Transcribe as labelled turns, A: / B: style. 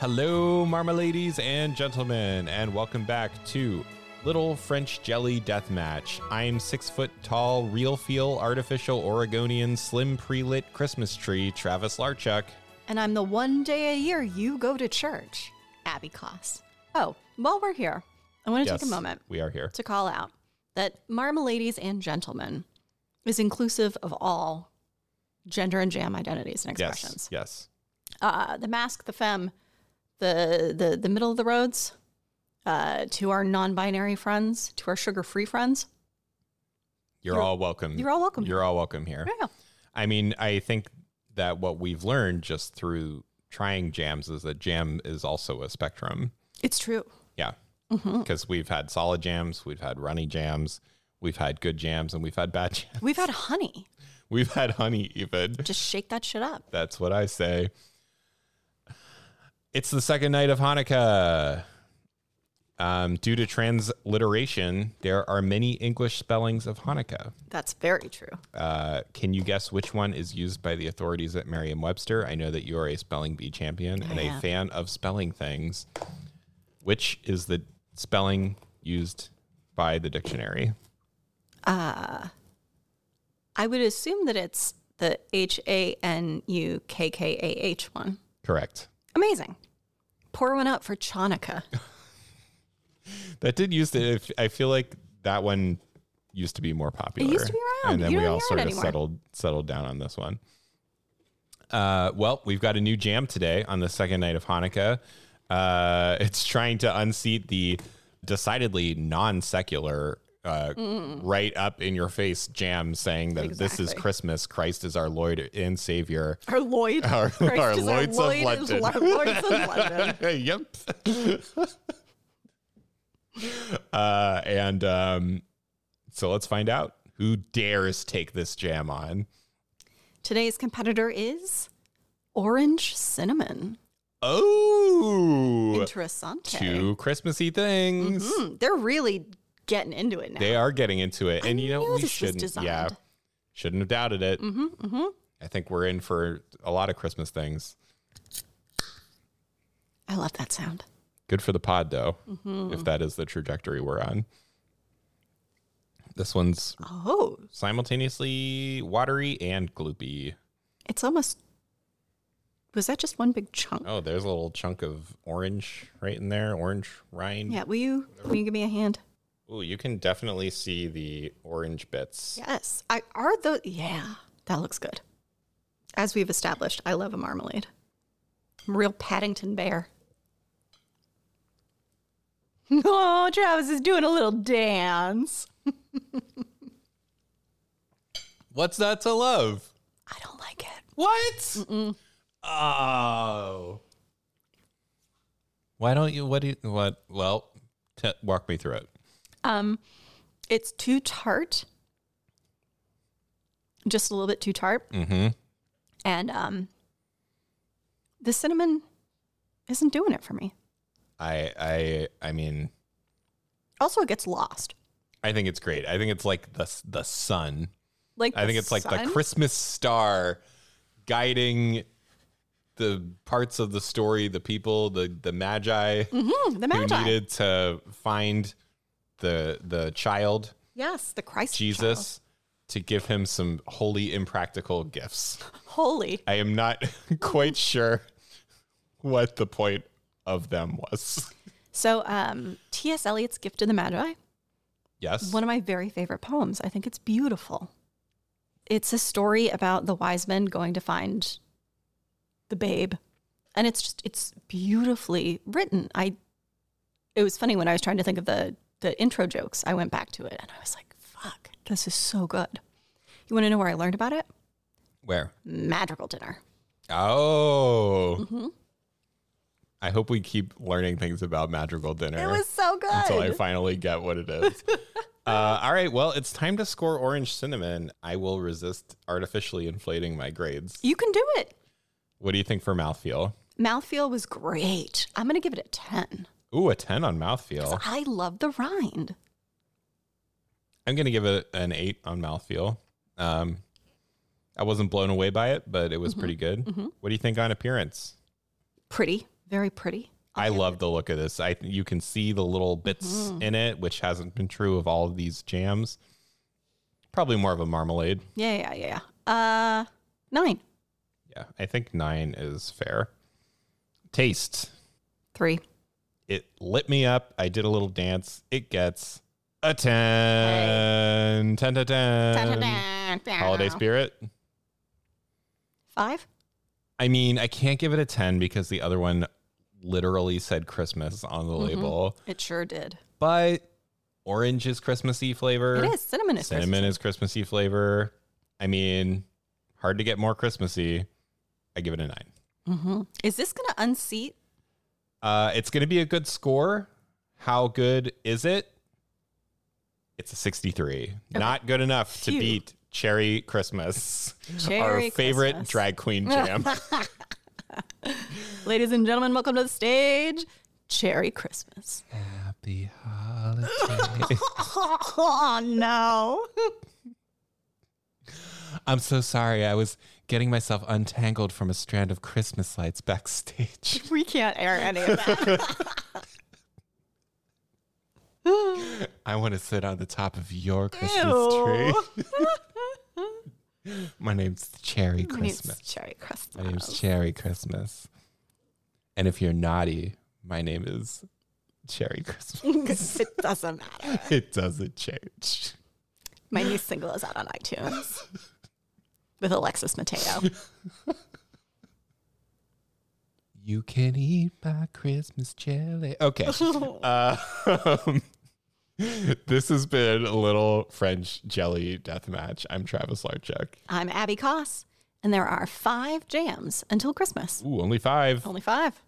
A: Hello, marmaladies and gentlemen, and welcome back to Little French Jelly Deathmatch. I'm six foot tall, real feel, artificial Oregonian, slim pre lit Christmas tree, Travis Larchuk.
B: And I'm the one day a year you go to church, Abby Kloss. Oh, while we're here, I want to take a moment
A: We are here.
B: to call out that Marmaladies and Gentlemen is inclusive of all gender and jam identities and
A: Yes.
B: expressions.
A: Yes.
B: Uh, the mask, the femme, the, the, the middle of the roads, uh, to our non binary friends, to our sugar free friends.
A: You're,
B: You're-
A: all welcome.
B: you're all welcome.
A: You're all welcome here.
B: Yeah.
A: I mean, I think that what we've learned just through trying jams is that jam is also a spectrum.
B: It's true.
A: Yeah. Because we've had solid jams, we've had runny jams, we've had good jams, and we've had bad jams.
B: We've had honey.
A: We've had honey, even.
B: Just shake that shit up.
A: That's what I say. It's the second night of Hanukkah. Um, due to transliteration, there are many English spellings of Hanukkah.
B: That's very true.
A: Uh, can you guess which one is used by the authorities at Merriam Webster? I know that you are a spelling bee champion and
B: yeah.
A: a fan of spelling things. Which is the spelling used by the dictionary?
B: I would assume that it's the H A N U K K A H one.
A: Correct.
B: Amazing. Pour one up for Chanukah.
A: That did used to, if- I feel like that one used to be more popular.
B: used to be around.
A: And then
B: You
A: we
B: don't
A: all
B: hear it
A: sort of
B: anymore.
A: settled settled down on this one. Uh, well, we've got a new jam today on the second night of Hanukkah. Uh, it's trying to unseat the decidedly non secular, uh, right up in your face jam saying that this is
B: Mm. Exactly.
A: Christmas, Christ is our Lord and Savior.
B: Our Lloyd.
A: Our-
B: Christ
A: our
B: is
A: Lloyds of
B: Lloyd is
A: London.
B: our Lloyds of London.
A: yep. uh, and um, so let's find out who dares take this jam on.
B: Today's competitor is Orange Cinnamon.
A: Oh,
B: Interessante.
A: two Christmassy things.
B: Mm, they're really getting into it now.
A: They are getting into it, and you know
B: knew
A: we
B: this was
A: shouldn't. Yeah,
B: designed.
A: shouldn't have doubted it.
B: hmm hmm
A: I think we're in for a lot of Christmas things.
B: I love that sound.
A: Good for the pod, though,
B: Mm-hmm.
A: if that is the trajectory we're on. This one's
B: Oh,
A: simultaneously watery and gloopy.
B: it's almost. Was that just one big chunk?
A: Oh, there's a little chunk of orange right in there, orange rind.
B: Yeah. Will you? Will you give me a hand?
A: Ooh, you can definitely see the orange bits.
B: Yes. I are those yeah, that looks good. As we've established, I love a marmalade. I'm a real Paddington bear. Oh, Travis is doing a little dance.
A: What's that to love?
B: I don't like it.
A: What? Oh. Why don't you? What do you? What? Well, t- walk me through it.
B: Um it's too tart. Just a little bit too tart.
A: Mm-hmm.
B: And um the cinnamon isn't doing it for me.
A: I, I, I mean,
B: Also it gets lost.
A: I think it's great. I think it's like the s- the sun.
B: Like
A: I think it's like the
B: sun-
A: Christmas star guiding the parts of the story, the people, the the magi,
B: Mhm, the magi.
A: who needed to find the the child
B: yes, the Christ child.
A: Jesus to give him some holy impractical gifts.
B: Holy.
A: I am not quite sure what the point of them was.
B: So, um, T.S. Eliot's Gift of the Magi,
A: Yes.
B: one of my very favorite poems. I think it's beautiful. It's a story about the wise men going to find the babe. And it's just, it's beautifully written. I, it was funny when I was trying to think of the, the intro jokes, I went back to it and I was like, fuck, this is so good. You want to know where I learned about it?
A: Where?
B: Madrigal dinner.
A: Oh.
B: Mm-hmm.
A: I hope we keep learning things about magical dinner.
B: It was so good.
A: until I finally get what it is. uh, all right, well, it's time to score orange cinnamon. I will resist artificially inflating my grades.
B: you can do it.
A: What do you think for mouthfeel?
B: Mouthfeel was great. I'm going to give it a 10.
A: Ooh, a 10 on mouthfeel.
B: I love the rind.
A: I'm going to give it an 8 on mouthfeel. Um, I wasn't blown away by it, but it was pretty good. What do you think on appearance?
B: Pretty. very pretty.
A: I love the look of this. I you can see the little bits in it, which hasn't been true of all of these jams. Probably more of a marmalade.
B: Yeah, yeah, yeah, yeah. Uh, nine,
A: Yeah, I think nine is fair. Taste.
B: three.
A: It lit me up. I did a little dance. It gets a 10. 10 to 10. Um, Holiday spirit.
B: Five.
A: I mean, I can't give it a 10 because the other one literally said Christmas on the
B: Mm-hmm.
A: label,
B: It sure did.
A: but orange is Christmassy flavor.
B: It is cinnamon is
A: Cinnamon is Christmassy flavor. I mean, hard to get more Christmassy. I give it a nine.
B: hmm Is this gonna unseat?
A: Uh, it's going to be a good score. How good is it? It's a 63. Not good enough to
B: Phew.
A: beat Cherry Christmas,
B: Cherry
A: our favorite
B: Christmas.
A: drag queen jam.
B: Ladies and gentlemen, welcome to the stage. Cherry Christmas.
A: Happy holiday.
B: oh no.
A: I'm so sorry. I was getting myself untangled from a strand of Christmas lights backstage.
B: We can't air any of that.
A: I want to sit on the top of your Christmas
B: Ew.
A: tree. My name's Cherry
B: I mean, it's
A: Christmas.
B: Cherry
A: My name's
B: Christmas.
A: Cherry Christmas. And if you're naughty, my name is Cherry Christmas.
B: 'Cause it doesn't matter.
A: it doesn't change.
B: My new single is out on iTunes with Alexis Mateo.
A: You can eat my Christmas jelly. Okay. Uh, this has been a little French jelly death match. I'm Travis Larchuk.
B: I'm Abby Koss, and there are five jams until Christmas.
A: Ooh, only five.
B: Only five.